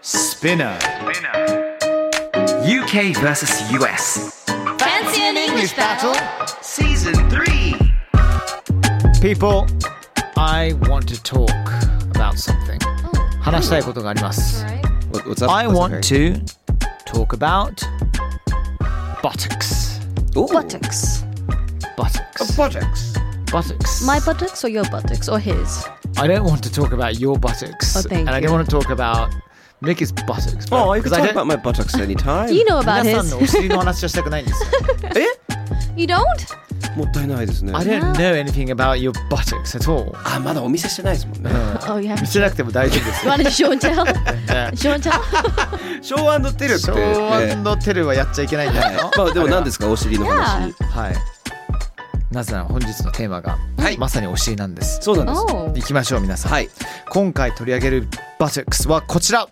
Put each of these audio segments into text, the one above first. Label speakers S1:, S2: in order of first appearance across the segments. S1: Spinner.
S2: UK versus US.
S3: Fancy an English battle
S2: Season 3.
S1: People, I want to talk about something.
S4: Oh.
S1: 話したいことがあります。
S5: What, what's up?
S1: I
S5: What's up,
S1: want to talk about buttocks.
S5: Harry? Ooh.
S4: Buttocks.
S1: Buttocks.
S5: Buttocks.
S1: buttocks.
S4: My buttocks or your buttocks or his?
S1: I don't want to talk about your buttocks.
S4: Oh, thank
S1: and I
S4: you.
S1: don't want to talk about Mickey's buttocks.
S5: Oh, you
S1: 'cause
S5: can
S1: I
S5: talk
S1: don't-
S5: about my buttocks anytime.
S4: You know about
S1: 皆さん
S4: his.
S1: のお尻の話はしたくない んですよ。
S4: You don't?
S5: もったいないですね。
S1: I
S5: れ
S1: don't know anything about your buttocks at all.
S5: あ、まだお見せしてないですもんね。
S4: Oh, you have
S1: 見せなくても大丈夫ですよ。
S4: Want to show and tell? show and tell?
S5: ショーアンドテルって。
S1: 昭和のテルはやっちゃいけないんじゃないの
S5: まあでも何ですかお尻の話。
S1: はい。なぜなら本日のテーマが、
S5: はい
S1: まさにお尻なんです。
S5: そうなんです。
S4: Oh.
S1: 行きましょう皆さん。
S5: はい。
S1: 今回取り上げるバトックスはこちら。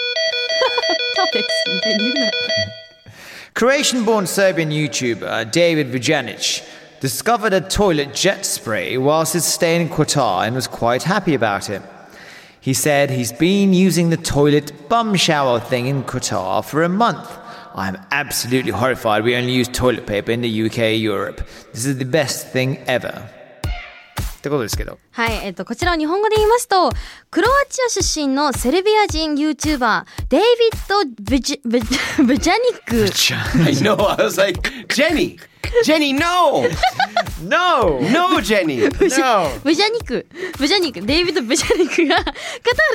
S4: Topics. And you know.
S1: Croatian born Serbian YouTuber uh, David Vujanic discovered a toilet jet spray whilst his stay in Qatar and was quite happy about it. He said he's been using the toilet bum shower thing in Qatar for a month. I'm absolutely horrified we only use toilet paper in the UK, Europe. This is the best thing ever. ってことですけど。
S4: はい、えっと、こちらを日本語で言いますと、クロアチア出身のセルビア人 YouTuber、デイビッド・ブジブジブジャニック。
S5: I know. I was like, Jenny, Jenny, no,
S1: No!
S5: no, Jenny.
S4: ブジ
S1: No.
S4: ブジャニック、ブジャニック、デイビッド・ブジャニックがカタ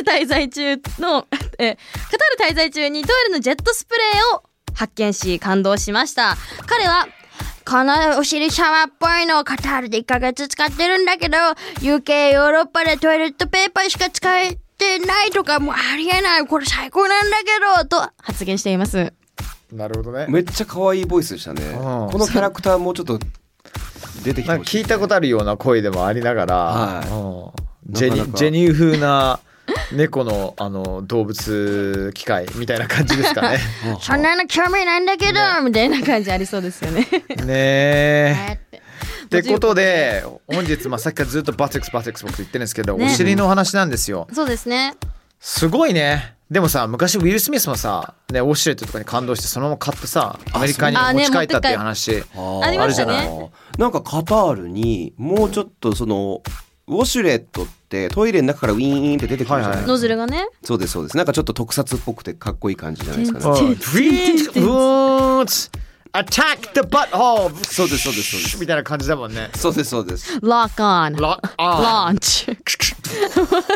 S4: ール滞在中の、え、カタール滞在中にトイレのジェットスプレーを発見し感動しました。彼は、このお尻シャワーっぽいのをカタールで1ヶ月使ってるんだけど、UK ヨーロッパでトイレットペーパーしか使えてないとかもうありえない、これ最高なんだけど、と発言しています。
S1: なるほどね。
S5: めっちゃ可愛いボイスでしたね。
S1: ん
S5: このキャラクターもうちょっと出てきて
S1: なん
S5: ほ
S1: か
S5: しい。
S1: 聞いたことあるような声でもありながら、
S5: は
S1: うんジェニ
S5: なかなか
S1: ジェニー風な猫のあの動物機械みたいな感じです かね。
S4: そんなの興味ないんだけど、みたいな感じありそうですよね。
S1: ねえ。 ってこと
S4: ね
S1: で本日、まあ、さっきからずっとバテックスバテックス僕言ってるんですけど、
S4: ね
S1: お尻のお話なんですよ。
S4: そうですね。
S1: すごいね。でもさ昔ウィル・スミスもさ、ね、ウォシュレットとかに感動してそのまま買ってさアメリカに
S4: そう
S1: 持ち帰った
S4: あね
S1: っていう話。
S5: あー
S4: ありましたね
S5: あるじゃないなんかカタールにもうちょっとそのウォシュレットってトイレの中からウィーンって出てくるじゃないですか
S4: ノズルがね。
S5: そうですそうです。なんかちょっと特撮っぽくてかっこいい感じじゃないですか ね。
S1: うん Please, won't attack the butthole!
S5: そうですそうですそうです。
S1: みたいな感じだも んね。
S5: そうですそうです。
S4: Lock on.
S1: ロあ
S4: Launch.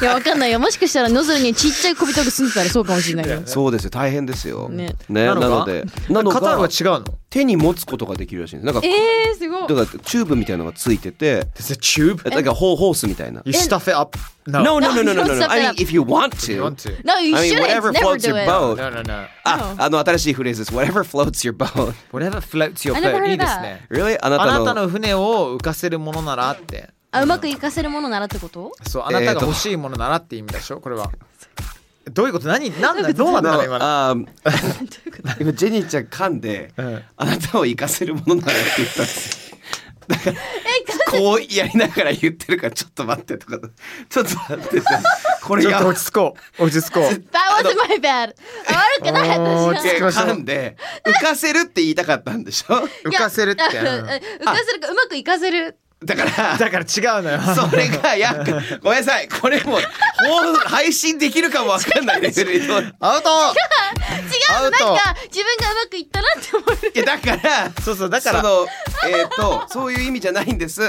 S4: いや、わかんないよ。もしかしたらノズルにちっちゃい小人が住んでたらそうかもしれないよ。
S5: そうですよ大変ですよ。
S4: ね
S5: ね
S1: なの
S5: な
S1: か
S5: のでな
S1: カ
S5: の
S1: タールは
S5: が
S1: 違うの
S5: 手に持つことができるらしいんです。なんか
S4: え
S5: だ
S4: ー、すごい。
S5: からチューブみたいなのがついてて、
S1: There's a tube.
S5: なんかホーホースみたいな。
S1: You stuff it up. No.
S5: No no no no no
S4: No,
S5: no.
S4: stop
S5: I mean
S4: that.
S5: if you want
S1: You
S5: to.
S1: want to.
S4: No, you
S5: I mean
S4: shouldn't.
S5: whatever
S4: Never
S5: floats
S4: do
S5: your
S4: it.
S1: No,
S5: boat.
S1: no, no.
S5: あ、あの新しいフレーズです。Whatever floats your boat.
S1: Whatever floats your
S4: I never
S1: boat.
S4: heard
S1: いいです
S4: that.
S1: ね。
S5: Really? あな
S1: あなた
S5: たの。
S1: の船を浮かせるものならって。
S4: あ、うまくいかせるものならってこと
S1: そう、あなたが欲しいものならって意味でしょこれは。どういうこと何何 だどうなったの今の。
S5: あー今ジェニーちゃん噛んで、
S1: ん
S5: あなたを生かせるものならって言ったんですよだからこうやりながら言ってるからちょっと待ってとかちょっと待っててこれ
S1: ちょっ
S5: や
S1: と落ち着こう。落ち着こう。
S4: That was my bad. 悪くない
S1: おー
S4: 私
S1: 落ち着きましょう
S5: 噛んで浮かせるって言いたかったんでしょ
S1: 浮かせるって。
S4: あ
S1: う
S4: 浮
S1: ん
S4: かせるかうまくいかせる。
S5: だから
S1: だから違うのよ。
S5: それがやごめんなさいこれもう放配信できるかもわかんないレベルに
S1: アウト
S4: 違
S1: アウ
S4: う。なん
S1: ト
S4: か自分がうまくいったなって思える。
S5: いやだから
S1: そうそう、だから。
S5: そのえっ、とそういう意味じゃないんです、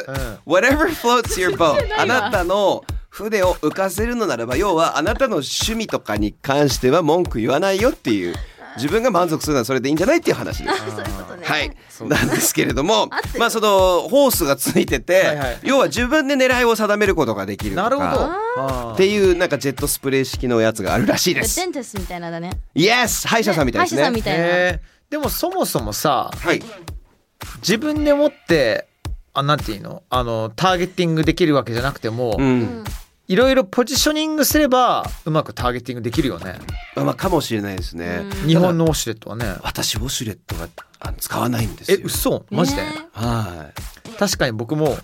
S5: whatever floats your boat あなたの船を浮かせるのならば要はあなたの趣味とかに関しては文句言わないよっていう自分が満足するのはそれでいいんじゃないっていう話です
S4: そういうことね。
S5: はい、なんですけれども
S4: 合って、る
S5: まあそのホースがついてて、
S6: はいはい
S5: 要は自分で狙いを定めることができるとか
S6: なるほど。あ
S5: っ
S6: ー
S5: ていうなんかジェットスプレー式のやつがあるらしいで
S4: デ
S5: す。
S4: ンテスみたいなのだね。
S5: イエス歯医者さんみたいです
S4: 歯医者さん
S5: ね
S4: み。たいな。
S6: へーでもそもそもさ、
S5: はい。
S6: 自分でもって、あ、なんていうのあの、ターゲティングできるわけじゃなくても
S5: う、
S4: うんん。
S6: いろいろポジショニングすれば、うまくターゲティングできるよね。
S5: まあかもしれないですね。
S4: うん
S6: 日本のオシュレットはね。
S5: 私ウォシュレットはあの使わないんです
S6: え、
S5: よ。
S6: 嘘マジで、
S4: ね
S5: はい。
S6: 確かに僕も、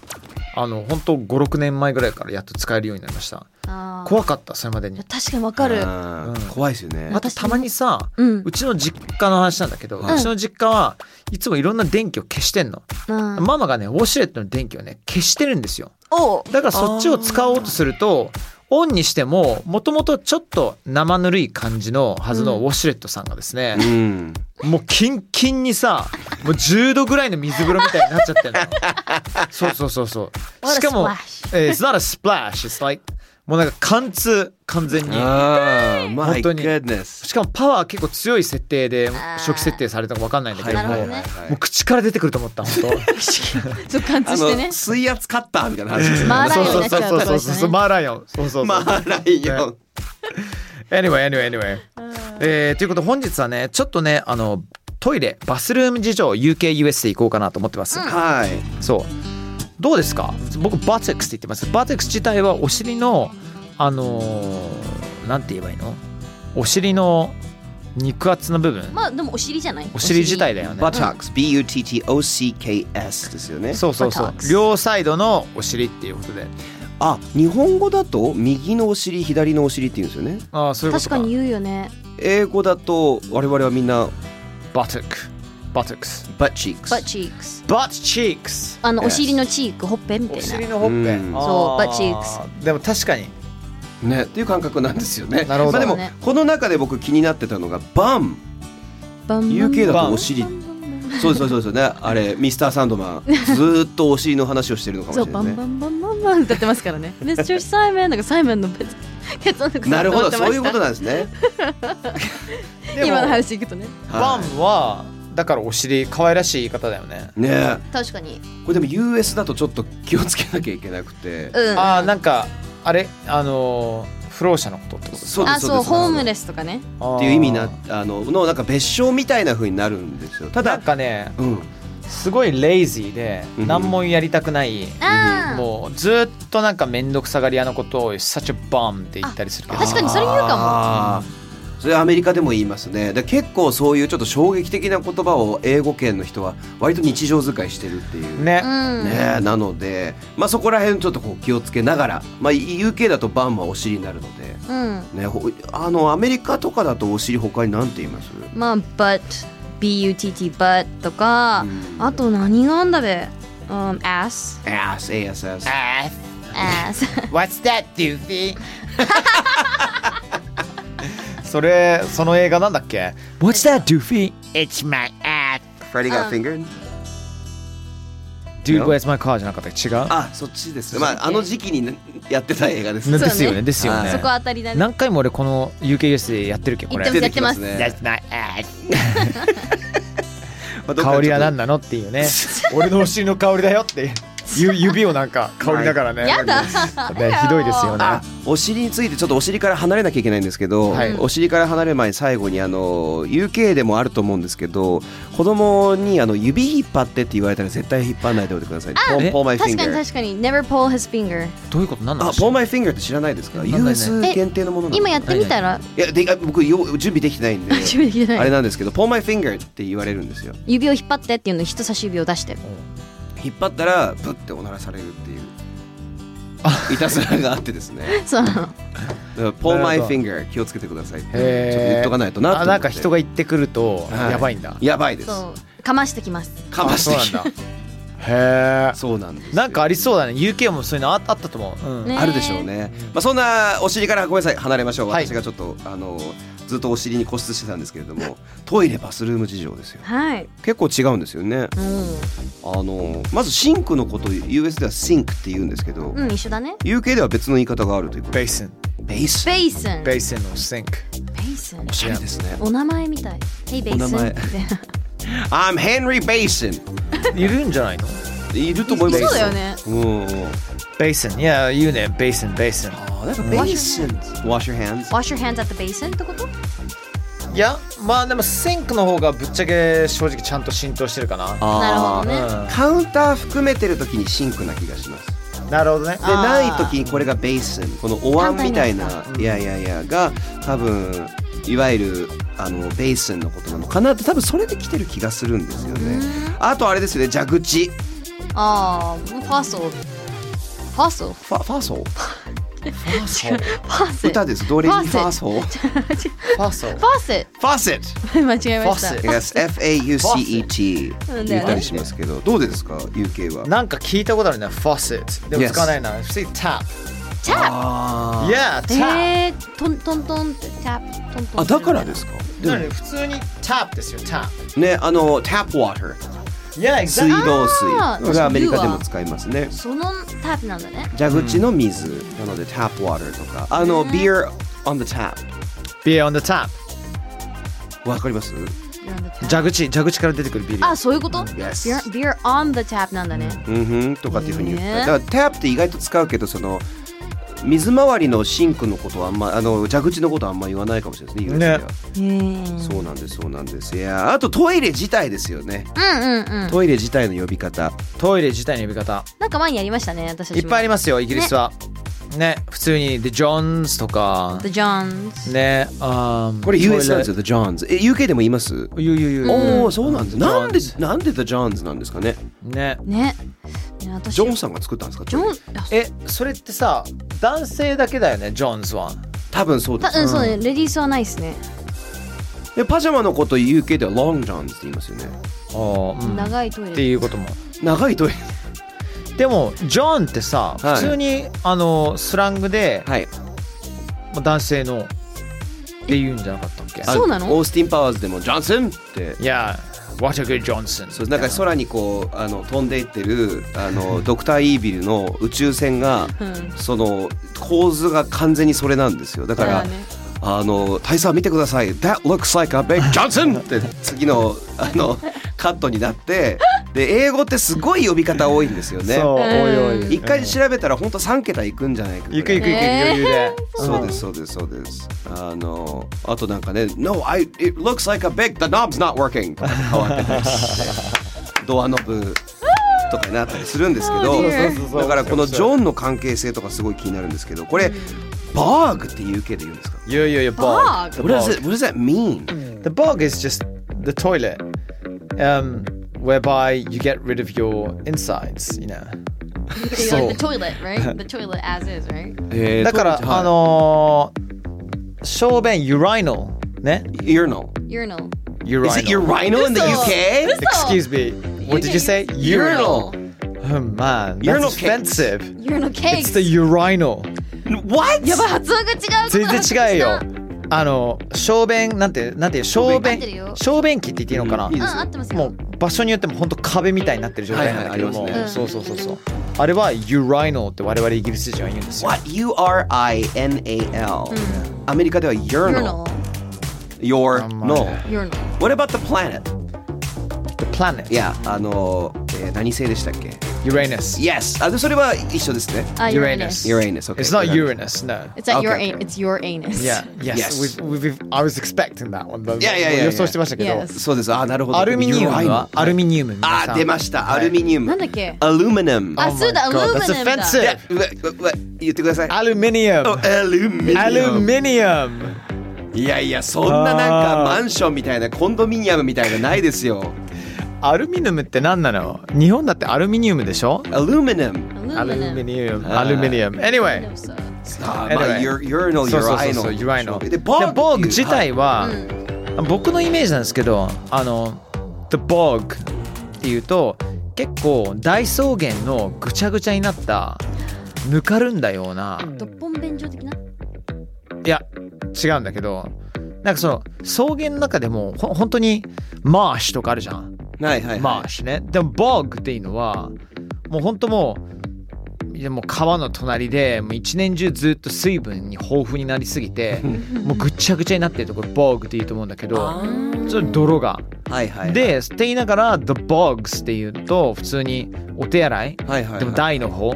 S6: あの、本当5、6年前ぐらいからやっと使えるようになりました。
S4: あー
S6: 怖かった、それまで
S4: い
S6: に
S4: や。確かにわかる。
S5: あー
S6: うん
S5: 怖いですよね
S6: あ。とたまにさ、
S4: うん
S6: う。ちの実家の話なんだけど、
S5: はいう
S6: ちの実家はいつもいろんな電気を消してんの、
S4: うん
S6: ママがねウォシュレットの電気をね消してるんですよ
S4: おう
S6: だからそっちを使おうとするとオンにしてももともとちょっと生ぬるい感じのはずの
S4: うん
S6: ウォシュレットさんがですね
S5: う、ん。
S6: もうキンキンにさもう10度ぐらいの水風呂みたいになっちゃって るのそうそうそうそう
S4: What a
S6: しかも
S4: splash.
S6: えー It's not a splash it's like もうなんか貫通完全に
S5: ああ、まあ
S6: 本当に
S5: goodness。
S6: しかもパワー結構強い設定で
S4: ー
S6: 初期設定されたかわかんないんだけども、
S4: なるほどね
S6: もう口から出てくると思った本
S4: ちょっと貫
S5: あ
S4: 通してね
S5: の。水圧カッターみたいな話ですね。
S6: 当
S4: マーライオンになっちゃう
S6: そうそうそ
S4: ってこと
S6: うそうそう
S4: ですね
S6: マーライオンそうそうそう、
S5: マーライオン。
S6: anyway anyway anyway えーということで本日はねちょっとねあのトイレバスルーム事情 UKUS でいこうかなと思ってます、
S5: はい。
S6: そうどうですか僕バテックスって言ってますバテックス自体はお尻のあのーなんて言えばいいのお尻の肉厚の部分、
S4: まあでもお尻じゃない。
S6: お尻自体だよね
S5: Buttocks, B-U-T-T-O-C-K-S ですよね。
S6: そうそうそう
S4: buttocks
S6: 両サイドのお尻っていうことで
S5: あ、日本語だと右のお尻、左のお尻って言うんですよね。
S6: ああそういうこと
S4: 確かに言うよね。
S5: 英語だと我々はみんな
S6: バトックバトックス
S5: butt cheeks。
S4: バッチークス。
S6: バッチークス
S4: あの
S5: Yes
S4: お尻のチークほっぺみた
S6: お
S4: いな。
S6: 尻のほっぺ
S5: うん
S4: そう
S6: あ
S4: butt cheeks
S6: でも確かに
S5: ね、っていう感覚なんですよね。
S6: なるほ
S5: ま
S6: ど
S5: あ、でも、
S4: ね
S5: この中で僕気になってたのがバン。
S4: バンバン
S5: UK だ
S6: バン
S5: とお尻。そうですそうですそうですね。あれミスターサンドマンずーっとお尻の話をしてるのかもし
S4: そう
S5: れ
S4: バ
S5: な
S4: ン
S5: いです
S4: バ
S5: ね。
S4: ンバンバンバン歌ってますからね。Mr. Simon なんかサイモンの別ケツの中
S5: なるほどそういうこと
S4: だ。
S5: なんですね。
S6: でも
S4: 今の話いくとね。
S6: バン
S5: は
S6: はだからお尻可愛らしい言い方だよね
S5: いね
S4: 確かに。
S5: これでも US だとちょっと気をつけなきゃいけなくて。
S4: うん。
S6: ああなんかあれあのー不老者のことってこと
S5: そうです
S4: あそうホーム
S5: で
S4: レスとかね。
S6: あー
S5: す。っていう意味なあののなんか別称みたいな風になるんですよ。た
S6: なん
S5: だ。
S6: かね
S5: うん、
S6: すごいレイジーで
S5: うん
S6: 何もやりたくない
S4: ああ。
S6: もうずーっとなんか面倒くさがり屋のことを「such a bum」って言ったりするけど
S4: 確かにそれ言うかも
S5: あーそれアメリカでも言いますねで結構そういうちょっと衝撃的な言葉を英語圏の人は割と日常使いしてるっていう
S6: ね、
S4: うん。
S5: ねえなので、まあ、そこら辺ちょっとこう気をつけながら、まあ、UK だとバンはお尻になるので、
S4: うん。
S5: ね、ほあのアメリカとかだとお尻他に何て言います
S4: まあ but butt but とか、
S5: うん
S4: あと何があんだべ、um, ass
S5: ?ass, ass, ass
S4: ass
S6: What's that, doofy? それその映画なんだっけ What's that, doofy? It's my ass
S5: Freddy got fingered?
S6: Dude,
S5: No.
S6: where's my car? じゃなかったっけ違う
S5: あそっちですね、まあ、あの時期にねやってた映画です
S6: ね
S5: ね
S6: ですよねですよ
S5: はい
S4: そ
S6: ね
S4: こ当たりだね
S6: 何回も俺この UKUS でやってるっけこ
S4: 言って
S6: れ
S5: 出てきますね
S6: That's my ass
S5: まあどっか
S6: 香りは
S5: ち
S6: 何
S5: ょっ
S6: なのっていう ね俺のお尻の香りだよってゆ指をなんか香りながらね
S4: やだ
S6: ねひどいですよ
S5: とあ
S6: ね
S5: お尻についてちょっとお尻から離れなきゃいけないんですけど、
S6: はい
S5: お尻から離れる前に最後にあの UK でもあると思うんですけど子供にあの指引っ張ってって言われたら絶対引っ張らないでおいてください。
S6: え
S5: Pull, pull my
S4: 確
S5: finger
S4: かに確かに never pull his finger
S6: どういうことなんな
S5: あ、
S6: の
S5: ポーマイフィンガーって知らないですか
S6: わかんないね
S5: ?US 限定のものなんです
S4: 今やってみたら
S5: いやであ僕よ準備できてないんで
S4: 準備できてない
S5: あれなんですけど「ポーマイフィンガー」って言われるんですよ
S4: 指を引っ張ってっていうの人差し指を出して
S5: 引っ張ったらブッておならされるっていういたずらがあってですね
S4: そうなの
S5: 「ポーマイフィンガー」気をつけてくださいってちょっと
S6: へー
S5: 言っとかないとなと思っ
S6: あ
S5: て
S6: なんか人が言ってくると
S5: はい
S6: やばいんだ
S5: やばいです
S4: そうかましてきます
S5: かましてき
S6: あそうなんだへえ
S5: そうなんですよ
S6: なんかありそうだね UK もそういうのああったと思う、うん
S4: ね
S5: あるでしょうね、まあ、そんなお尻からごめんなさい離れましょう
S6: はい
S5: 私がちょっと、あのずっとお尻に固執してたんですけれどもトイレバスルーム事情ですよ
S4: はい
S5: 結構違うんですよね
S4: うん、
S5: あのまずシンクのこと US ではシンクって言うんですけど、
S4: うん、一緒だね
S5: UK では別の言い方があるということ
S6: ベースン
S5: ベース
S4: ベイスン
S6: ベ
S4: ベ
S6: ースンのシンク
S4: イスン
S5: おしゃれですね
S4: お名前みたい Hey ベイスン
S5: お名前
S4: みたいな
S5: I'm Henry Basin
S6: いるんじゃないの
S5: いると思います
S4: そうだよね
S5: うんうん
S6: Basin. Yeah, you know, basin, basin.
S5: あなんか Basin Wash your hands
S4: Wash your hands at the basin ってこと
S6: いや、まあでも Think の方がぶっちゃけ正直ちゃんと浸透してるかな。
S4: なるほどね
S6: う
S5: カウンター含めてるときにシンクな気がします
S6: ん、なるほどね。
S5: でないときにこれがベースこのお椀みたいな
S4: 簡
S5: いやいやいやが多分いわゆるあのベースのことなのかなって多分それで来てる気がするんですよねあとあれですよね蛇口
S4: ああファーソーファーソー
S5: ファファーソー
S4: ファーセ
S5: 歌ですどれにフ
S4: ファーセ
S5: ァーソーフ
S6: ファーソー。
S4: ファーセ
S5: ァーセッ ト
S4: 間違えました
S6: ファー セ
S5: Yes, F-A-U-C-E-T
S4: うんだよね
S5: 言ったりしますけどどうですか UK は
S6: なんか聞いたことあるね、Faucet。でも使わないな。普通に Tap。
S4: チャッ
S5: あ
S6: Yeah,
S4: プ
S6: Tap。
S4: へえトントントンってチャップトントン
S5: あだからですかで
S6: なので普通に Tap ですよ、Tap。
S5: もねあの tap water
S6: Yeah,
S5: 水
S6: exactly.
S5: 道
S4: あー
S5: 水これがアメリカでも使いますね
S4: そのタープなんだね
S5: 蛇口の水、なので tap water とかあの beer on the tap
S6: Beer on the tap。
S5: わかります
S6: 蛇口、蛇口から出てくるビール。
S4: あそういうこと、
S5: Yes
S4: beer, beer on the tap なんだね、
S5: うんふんとかっていうふうに言った
S4: ね
S5: りだから tap って意外と使うけどその水回りのシンクのことはあんまあの蛇口のことはあんま言わないかもしれないですね US では
S6: ね
S5: そうなんですそうなんですいやーあとトイレ自体ですよね
S4: うんうんうん
S5: トイレ自体の呼び方
S6: トイレ自体の呼び方。
S4: なんか前にやりましたね私たちも
S6: いっぱいありますよ、イギリスは。ね、普通に The Johns とか
S4: The。Johns
S6: ね、あー
S5: これ US なんです。よ
S6: ト
S5: The Johns え UK でも言います
S6: イレゆゆゆ。
S5: おおそうなんです
S6: The
S5: なんで
S6: Johns
S5: なんで The Johns なんですかね
S6: ね。
S4: ねね私
S5: ジョンさんが作ったんですか
S4: ジョンあ
S6: え、それってさ、男性だけだよね、ジョンズは。
S5: 多分そうで
S4: た
S5: す
S4: うんそうね、レディースはないですね
S5: でパジャマのこと UK では Long Johns って言いますよね
S6: おーうんっ
S4: 長いトイレ
S6: ていうことも。
S5: 長いトイレ
S6: でも、ジョンってさ、
S5: はい
S6: 普通にあのスラングで、
S5: はい
S6: まあ男性のって言うんじゃなかったっけ
S5: あ
S4: そうなの
S5: オースティン・パワーズでもジョンソンって
S6: いや、What a good Johnson。
S5: そうなんか空にこうあの飛んでいってるあのドクター・イービルの宇宙船が
S4: うん
S5: その構図が完全にそれなんですよだから、
S4: そうだね
S5: あの大佐見てください「That looks like a big Johnson!」って次のあのカットになってで英語ってすごい呼び方多いんですよね
S6: そう、おいおい。
S5: 一回調べたら本当3桁いくんじゃないかぐらい
S6: 行く行く行く余裕で。
S5: そうですそうですそうです。あのあとなんかね、No, I it looks like a big the knob's not working とかに変わってたり して、ドアノブとかになったりするんですけど、だからこのジョンの関係性とかすごい気になるんですけど、これバーグって UK で言うんですか？
S6: You, you, you,
S4: Bog.
S6: bog. The
S5: What does
S6: bog.
S5: it What does that mean?
S6: The bog is just the toilet, um, whereby you get rid of your insides, you know.
S4: You like the toilet, right? The toilet as is, right?
S5: えー
S6: だから、
S5: とはい
S6: あのー、小便 urinal ね。
S5: urinal
S4: Urinal.
S6: urinal.
S5: is it urinal in the
S4: 嘘
S5: UK?
S6: Excuse me. What did you say?
S5: Urinal.
S6: Oh man, that's
S5: Urinal cakes.
S6: offensive.
S4: Urinal
S6: It's the
S4: cakes.
S6: urinal.
S5: What?
S4: やばい発音が違う。
S6: 全 然違うよ。あの、小便、なんて、なんて、小
S4: 合っ
S6: 便
S4: てるよ、
S6: 小便器って言っていいのかな、
S5: うんいい
S4: うん、
S5: で
S4: 合ってます
S6: も
S4: よ
S6: う。場所によっても本当壁みたいになってる状態なんだけども、
S5: はいはいあります
S6: そうそうそうそうあれは urinal って我々イギリス人は言うんですよ
S5: What? U R I N A L アメリカでは urinal
S4: Urinal.
S5: your
S6: まあ
S5: no
S4: Urinal.
S5: What about the planet?
S6: The planet
S5: いや、あの、えー、何星でしたっけ
S6: Uranus
S5: ?Yes! あ、でそれは一緒ですね。
S4: あ
S6: Uranus
S5: Uranus, okay.
S6: It's not Uranus no
S4: It's like your
S5: Okay,
S4: an- it's your anus.
S6: Yeah yes,
S5: Yes.
S6: We've, we've, I was expecting that one but
S5: いやいやいやいや
S6: 予想してましたけど、
S4: Yes.
S5: そうです。あ、なるほど。
S6: アルミニウム
S5: Urinal
S6: はアルミニウム皆さ
S5: あ、
S6: ん
S5: 出ました。アルミニウム。
S4: なんだっけ
S5: アルミニウム。
S4: あ、
S6: Oh my
S4: そうだ、アル
S6: God,
S4: ミ
S6: That's
S4: ニウムだ。
S5: い
S6: offensive
S5: や、うわ、うわうわ、言ってください。
S6: アルミニウム
S5: アルミニ
S6: アル
S5: ウム。
S6: ミニウム
S5: いやいや、そんななんかマンションみたいな、コンドミニアムみたいなないですよ。
S6: アルミニウムって何なの日本だってアルミニウムでしょ
S5: アルミニウム。
S4: ア
S6: ア
S4: ル
S6: ル
S4: ミニウム。
S6: ミニウムアルミニウム Anyway
S5: あ、まあ、
S6: Anyway
S5: ユーノ、
S6: そ
S5: ユ
S6: うそうそう
S5: ライ
S6: そ
S5: ノ。
S6: う、由来の。
S5: で、
S6: で、
S5: ボ
S6: ボ
S5: ーグ。
S6: ーグ自体。は、僕のイメージなんですけど、あの、The Bog っていうと、結構大草原のぐちゃぐちゃになった、ぬかるんだような、
S4: ドッポン便所的な。
S6: いや、違うんだけど、なんかその草原の中でもほ本当にマーシュとかあるじゃん。
S5: はいはいはい。
S6: マーシュね。でも、ボーグっていうのは、もう本当もう、いやもう川の隣でもう一年中ずっと水分に豊富になりす ぎてもうぐっちゃぐちゃになってるところボーグって言うと思うんだけどそれ泥が。
S5: はいはい。、
S6: でって言いながら「the bogs」って言うと普通にお手洗い
S5: はいはいはい
S6: でも台の方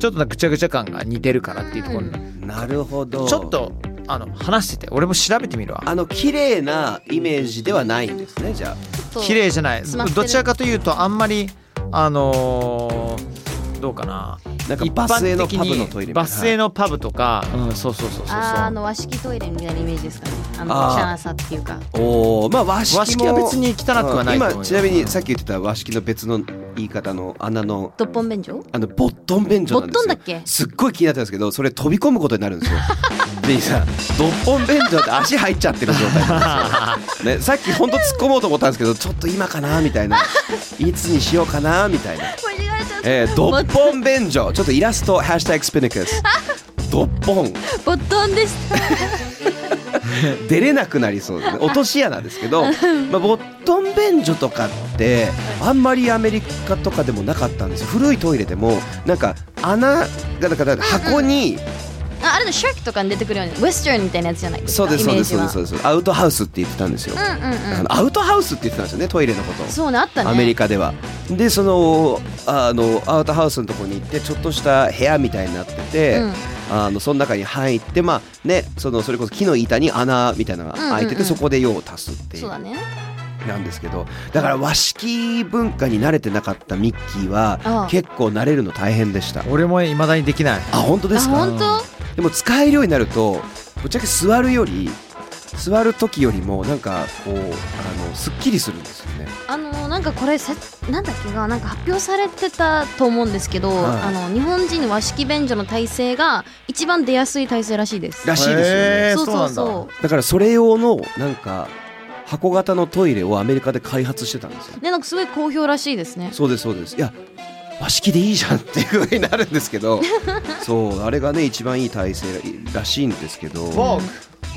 S6: ちょっとなんかぐちゃぐちゃ感が似てるからっていうところ
S5: なるほど。
S6: ちょっ。とあの話してて俺も調べてみるわ
S5: あの綺麗なイメージではないんですね。じゃ
S6: 綺麗じゃない
S4: 詰まってる
S6: どちらかというとあんまりあのーどうかな
S5: なんか
S6: 一般
S5: バスへの
S6: 的に
S5: パブのトイレみたいな
S6: バスへのパブとか、うん、そうそうそうそうそう
S4: あーあの和式トイレみたいなイメージですかねあの
S5: あー
S4: 汚さっていうか
S5: あ。おお、まあ和式も
S6: 和式は別に汚くはないと思うよ
S5: 今ちなみにさっき言ってた和式の別の言い方の穴の
S4: どっぽん便所
S5: あのボットン便所なん
S4: ボッ
S5: ですよ
S4: トンだっけ
S5: すっごい気になったんですけどそれ飛び込むことになるんです よでさドッポン便所って足入っちゃってる状態なんですよ、ね、さっき本当突っ込もうと思ったんですけどちょっと今かなみたいないつにしようかなみたいなえ ー、ドッポン便所ちょっとイラスト「ハッシュタグスピニクス」ドッポン
S4: ボットンでした
S5: 出れなくなりそ うですね落とし穴ですけど、まあ、ボットン便所とかってあんまりアメリカとかでもなかったんですよ古いトイレでもなんか穴がなんかなんか箱に、
S4: ああれのシャークとかに出てくるようなウェスタンみたいなやつじゃないです
S5: そう
S4: か
S5: です
S4: イ
S5: そう
S4: メー
S5: で
S4: ジ
S5: すそう
S4: は
S5: ですそうですアウトハウスって言ってたんですよ、
S4: うんうん
S5: あのアウトハウスって言ってたんですよねトイレのことを
S4: うんそうねあったね
S5: アメリカでは。でそのあのアウトハウスのとこに行ってちょっとした部屋みたいになってて、
S4: うん
S5: あのその中に入ってまあねそのそれこそ木の板に穴みたいなのが開いてて、
S4: うんうんうん
S5: そこで用を足すってい
S4: そう
S5: う
S4: だね
S5: なんですけどだから和式文化に慣れてなかったミッキー
S4: あ
S5: は
S4: あ
S5: 結構慣れるの大変でした。
S6: 俺も未だにできない
S5: あ本当です
S4: あ
S5: か
S4: 本当
S5: でも使えるようになるとぶっちゃけ座るより座る時よりもなんかこうあのすっきりするんですよね。
S4: あのなんかこれせなんだっけがなんか発表されてたと思うんですけど、
S5: はい
S4: あの日本人の和式便所の体勢が一番出やすい体勢らしいです。
S5: らしいですよね。
S6: へー
S4: そうそう
S6: そうなん
S4: そ
S5: だからそれ用のなんか箱型のトイレをアメリカで開発してたんですよ
S4: う。ねなんかすごい好評らしいですね。
S5: そうですそうですいや和式でいいじゃんっていう風になるんですけどそうあれがね一番いい体勢らしいんですけど
S6: ボーグ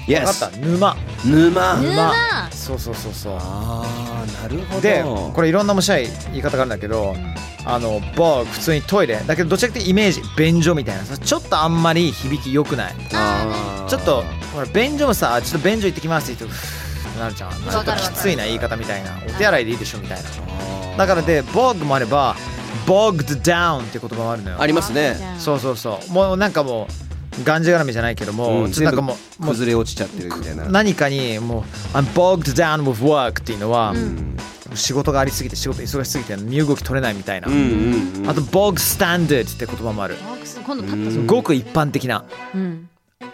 S5: Yes
S6: 分かった沼
S5: 沼
S4: 沼
S6: そうそうそうそう
S5: あーなるほど
S6: でこれいろんな面白い言い方があるんだけどあのボーグ普通にトイレだけどどちらかというとイメージ便所みたいなさちょっとあんまり響き良くない
S5: あー
S6: ちょっとほら便所もさちょっと便所行ってきますって言うとふーってなるじゃんちょっときついな言い方みたいなお手洗いでいいでしょみたいなだからでボーグもあればボーグ d down って言葉もあるのよ
S5: ありますね
S6: そうそうそうもうなんかもうがんじがらみじゃないけども、
S5: うん
S6: ちょっとなんかもう
S5: 全部
S6: もう
S5: 崩れ落ちちゃってるみたいな
S6: 何かにもう「I'm bogged down with work」っていうのは、
S5: うん
S6: 仕事がありすぎて仕事忙しすぎて身動き取れないみたいな、
S5: うんうんうん
S6: あと bog standard って言葉もある
S4: ワークス今度立ったぞ。
S5: うん
S6: ごく一般的な、
S4: うん。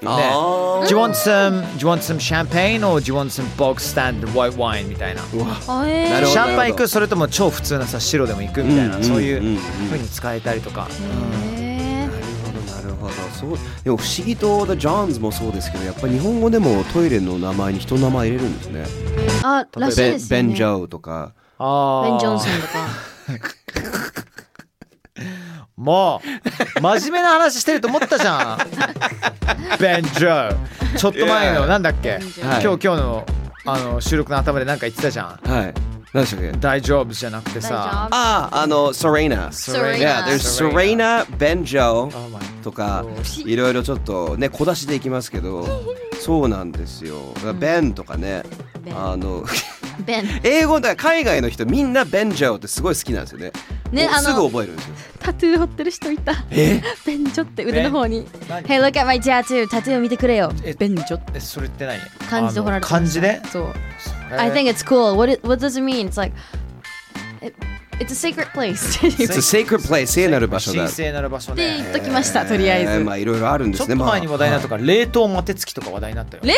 S5: あー
S6: Do you want some Do you want some champagne or do you want some bog standard white wine みたいな
S5: うわ
S4: あえー
S5: なるほど
S6: シャンパン行くそれとも超普通なさ白でも行くみたいな、
S5: うん
S6: そういう
S5: うんうんうん
S6: ふうに使えたりとか、
S4: へー
S5: なるほどなるほどそうでも不思議と The Johns もそうですけどやっぱり日本語でもトイレの名前に人の名前入れるんですね
S4: あらしい
S5: ベ
S4: で
S5: ン
S4: す
S5: ベ
S4: よね。
S5: ン・ジョーとか
S6: あー
S4: ベンジョンソンとか。
S6: もう真面目な話してると思ったじゃん ベンジョーちょっと前の
S5: Yeah.
S6: なんだっけ、
S5: はい
S6: 今日今日のあの収録の頭でなんか言ってたじゃん
S5: はい何でしたっけ
S6: 大丈夫じゃなくてさ
S5: あああの Serena
S4: Serena
S5: Yeah there's Serena Benjo
S6: Oh my
S5: とか
S4: God
S5: いろいろちょっとね小出しでいきますけどそうなんですよベンとかね
S4: Ben
S5: あの
S4: ベン。
S5: 英語だから海外の人みんな Benjo ってすごい好きなんですよね
S4: ね
S5: もう
S4: あの
S5: すぐ覚えるんですよ
S4: タトゥー彫ってる人いた。
S5: え
S4: ベンジョって腕の方に。
S6: 何
S4: Hey look at my tattoo タトゥー見てくれよ
S6: え。
S4: ベンジョ。
S6: えそれって何
S4: 漢字で彫られて
S6: あの漢
S4: まし
S6: 字
S4: た
S6: で
S4: そう。
S6: へー
S4: I think it's cool. What it, what does it mean? It's like it, it's a sacred place. って言
S5: It's a sacred place 聖なる場所だ
S6: 神聖なる場所
S4: っ
S6: ね
S4: ときましたとりあえず。
S5: ーまあいろいろあるんで
S6: ちょ
S5: す
S6: っ
S5: ね
S6: と前に話題になった
S5: と
S6: とか冷凍マテつきとか話題になったよ
S4: 冷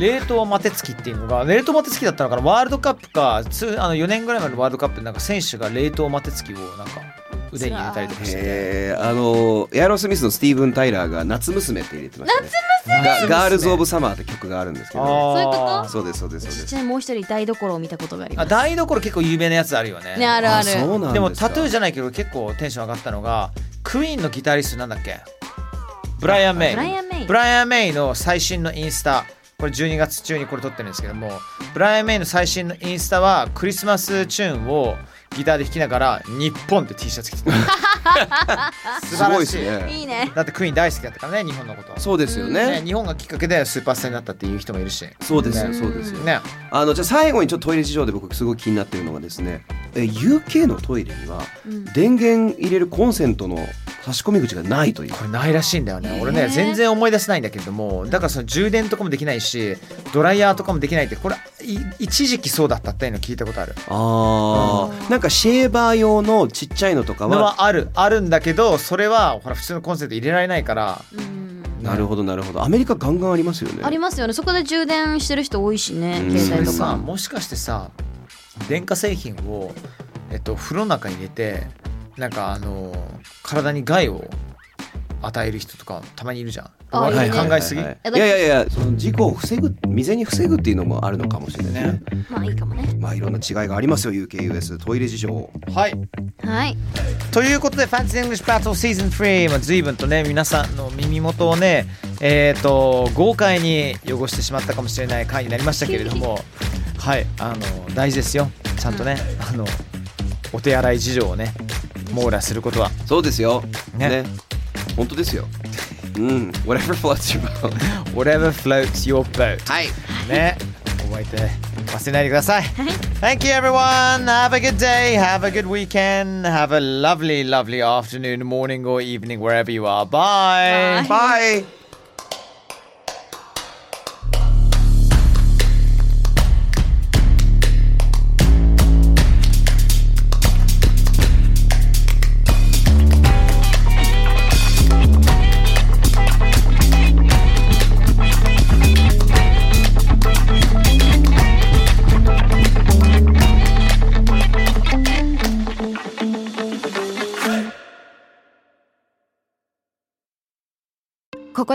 S6: 冷凍マテつきっていうのが冷凍マテつきだったのかなワールドカップかつあの4年ぐらい前のワールドカップでなんか選手が冷凍マテつきをなんか腕に入れたりとかして
S5: えー、あのエアロスミスのスティーブン・タイラーが「夏娘」って入れてました、ね、夏娘ガールズ・オブ・サマーって曲があるんですけど
S4: そういうこと
S5: そうですそうですそうで
S4: ちっ
S5: す
S4: ちゃいもう一人台所を見たことがあり
S6: あ
S4: ま
S6: 台所結構有名なやつあるよ
S4: す。ねあるある。
S5: そうなんですか
S6: でもタトゥーじゃないけど結構テンション上がったのがクイーンのギタリストなんだっけブライアン・メイ
S4: ブライアンメイ
S6: ブライアンメイの最新のインスタこれ12月中にこれ撮ってるんですけどもブライアン・メイの最新の インスタはクリスマスチューンをギターで弾きながら「日本」って T シャツ着てた素
S5: すごい
S6: 晴ら
S5: で
S6: し
S5: す
S6: い
S5: ね
S4: いいね
S6: だってクイーン大好きだったからね日本のこと
S5: そうですよ
S6: ね
S5: ね
S6: 日本がきっかけでスーパースターになったっていう人もいるし
S5: そうですよ
S6: ね
S5: そうですよ
S6: ね
S5: あのじゃあ最後にちょっとトイレ事情で僕すごい気になってるのがですねえ UK のトイレには
S4: うん
S5: 電源入れるコンセントの差し込み口がないという
S6: これないらしいんだよね、
S4: えー
S6: 俺ね全然思い出せないんだけれどもだからその充電とかもできないしドライヤーとかもできないってこれい一時期そうだったっていうの聞いたことある
S5: あーなんかシェーバー用のちっちゃいのとか
S6: の
S5: は
S6: はあるあるんだけどそれはほら普通のコンセント入れられないから
S4: うん
S5: なるほどなるほどアメリカガンガンありますよね
S4: ありますよねそこで充電してる人多いしね
S5: うん
S4: 携
S6: そ
S4: 帯
S6: れ
S4: と
S6: さ
S4: か
S6: もしかしてさ電化製品を、えっと、風呂の中に入れてなんかあの体に害を与える人とかたまにいるじゃん
S4: あ
S6: 我々
S4: いるね
S6: 考えすぎ、
S5: いやいやいやその事故を防ぐ未然に防ぐっていうのもあるのかもしれないね
S6: ね
S4: まあいいかもね
S5: まあいろんな違いがありますよ UKUS トイレ事情
S6: はい
S4: はい
S6: ということで、ファンタ y ー n g l i s h Battle Season 3、まあ、随分とね、皆さんの耳元をね、えっ、と、豪快に汚してしまったかもしれない回になりましたけれども、はい、あの、大事ですよ。ちゃんとね、あの、お手洗い事情をね、網羅することは。
S5: そうですよ
S6: ね
S5: ね本当ですようん whatever floats your boat
S6: Whatever floats your boat.
S5: はい
S6: ね、覚えて忘れないでください。Thank you everyone! Have a good day! Have a good weekend! Have a lovely, lovely afternoon, morning or evening, wherever you are. Bye!
S4: Bye.
S5: Bye
S3: ここ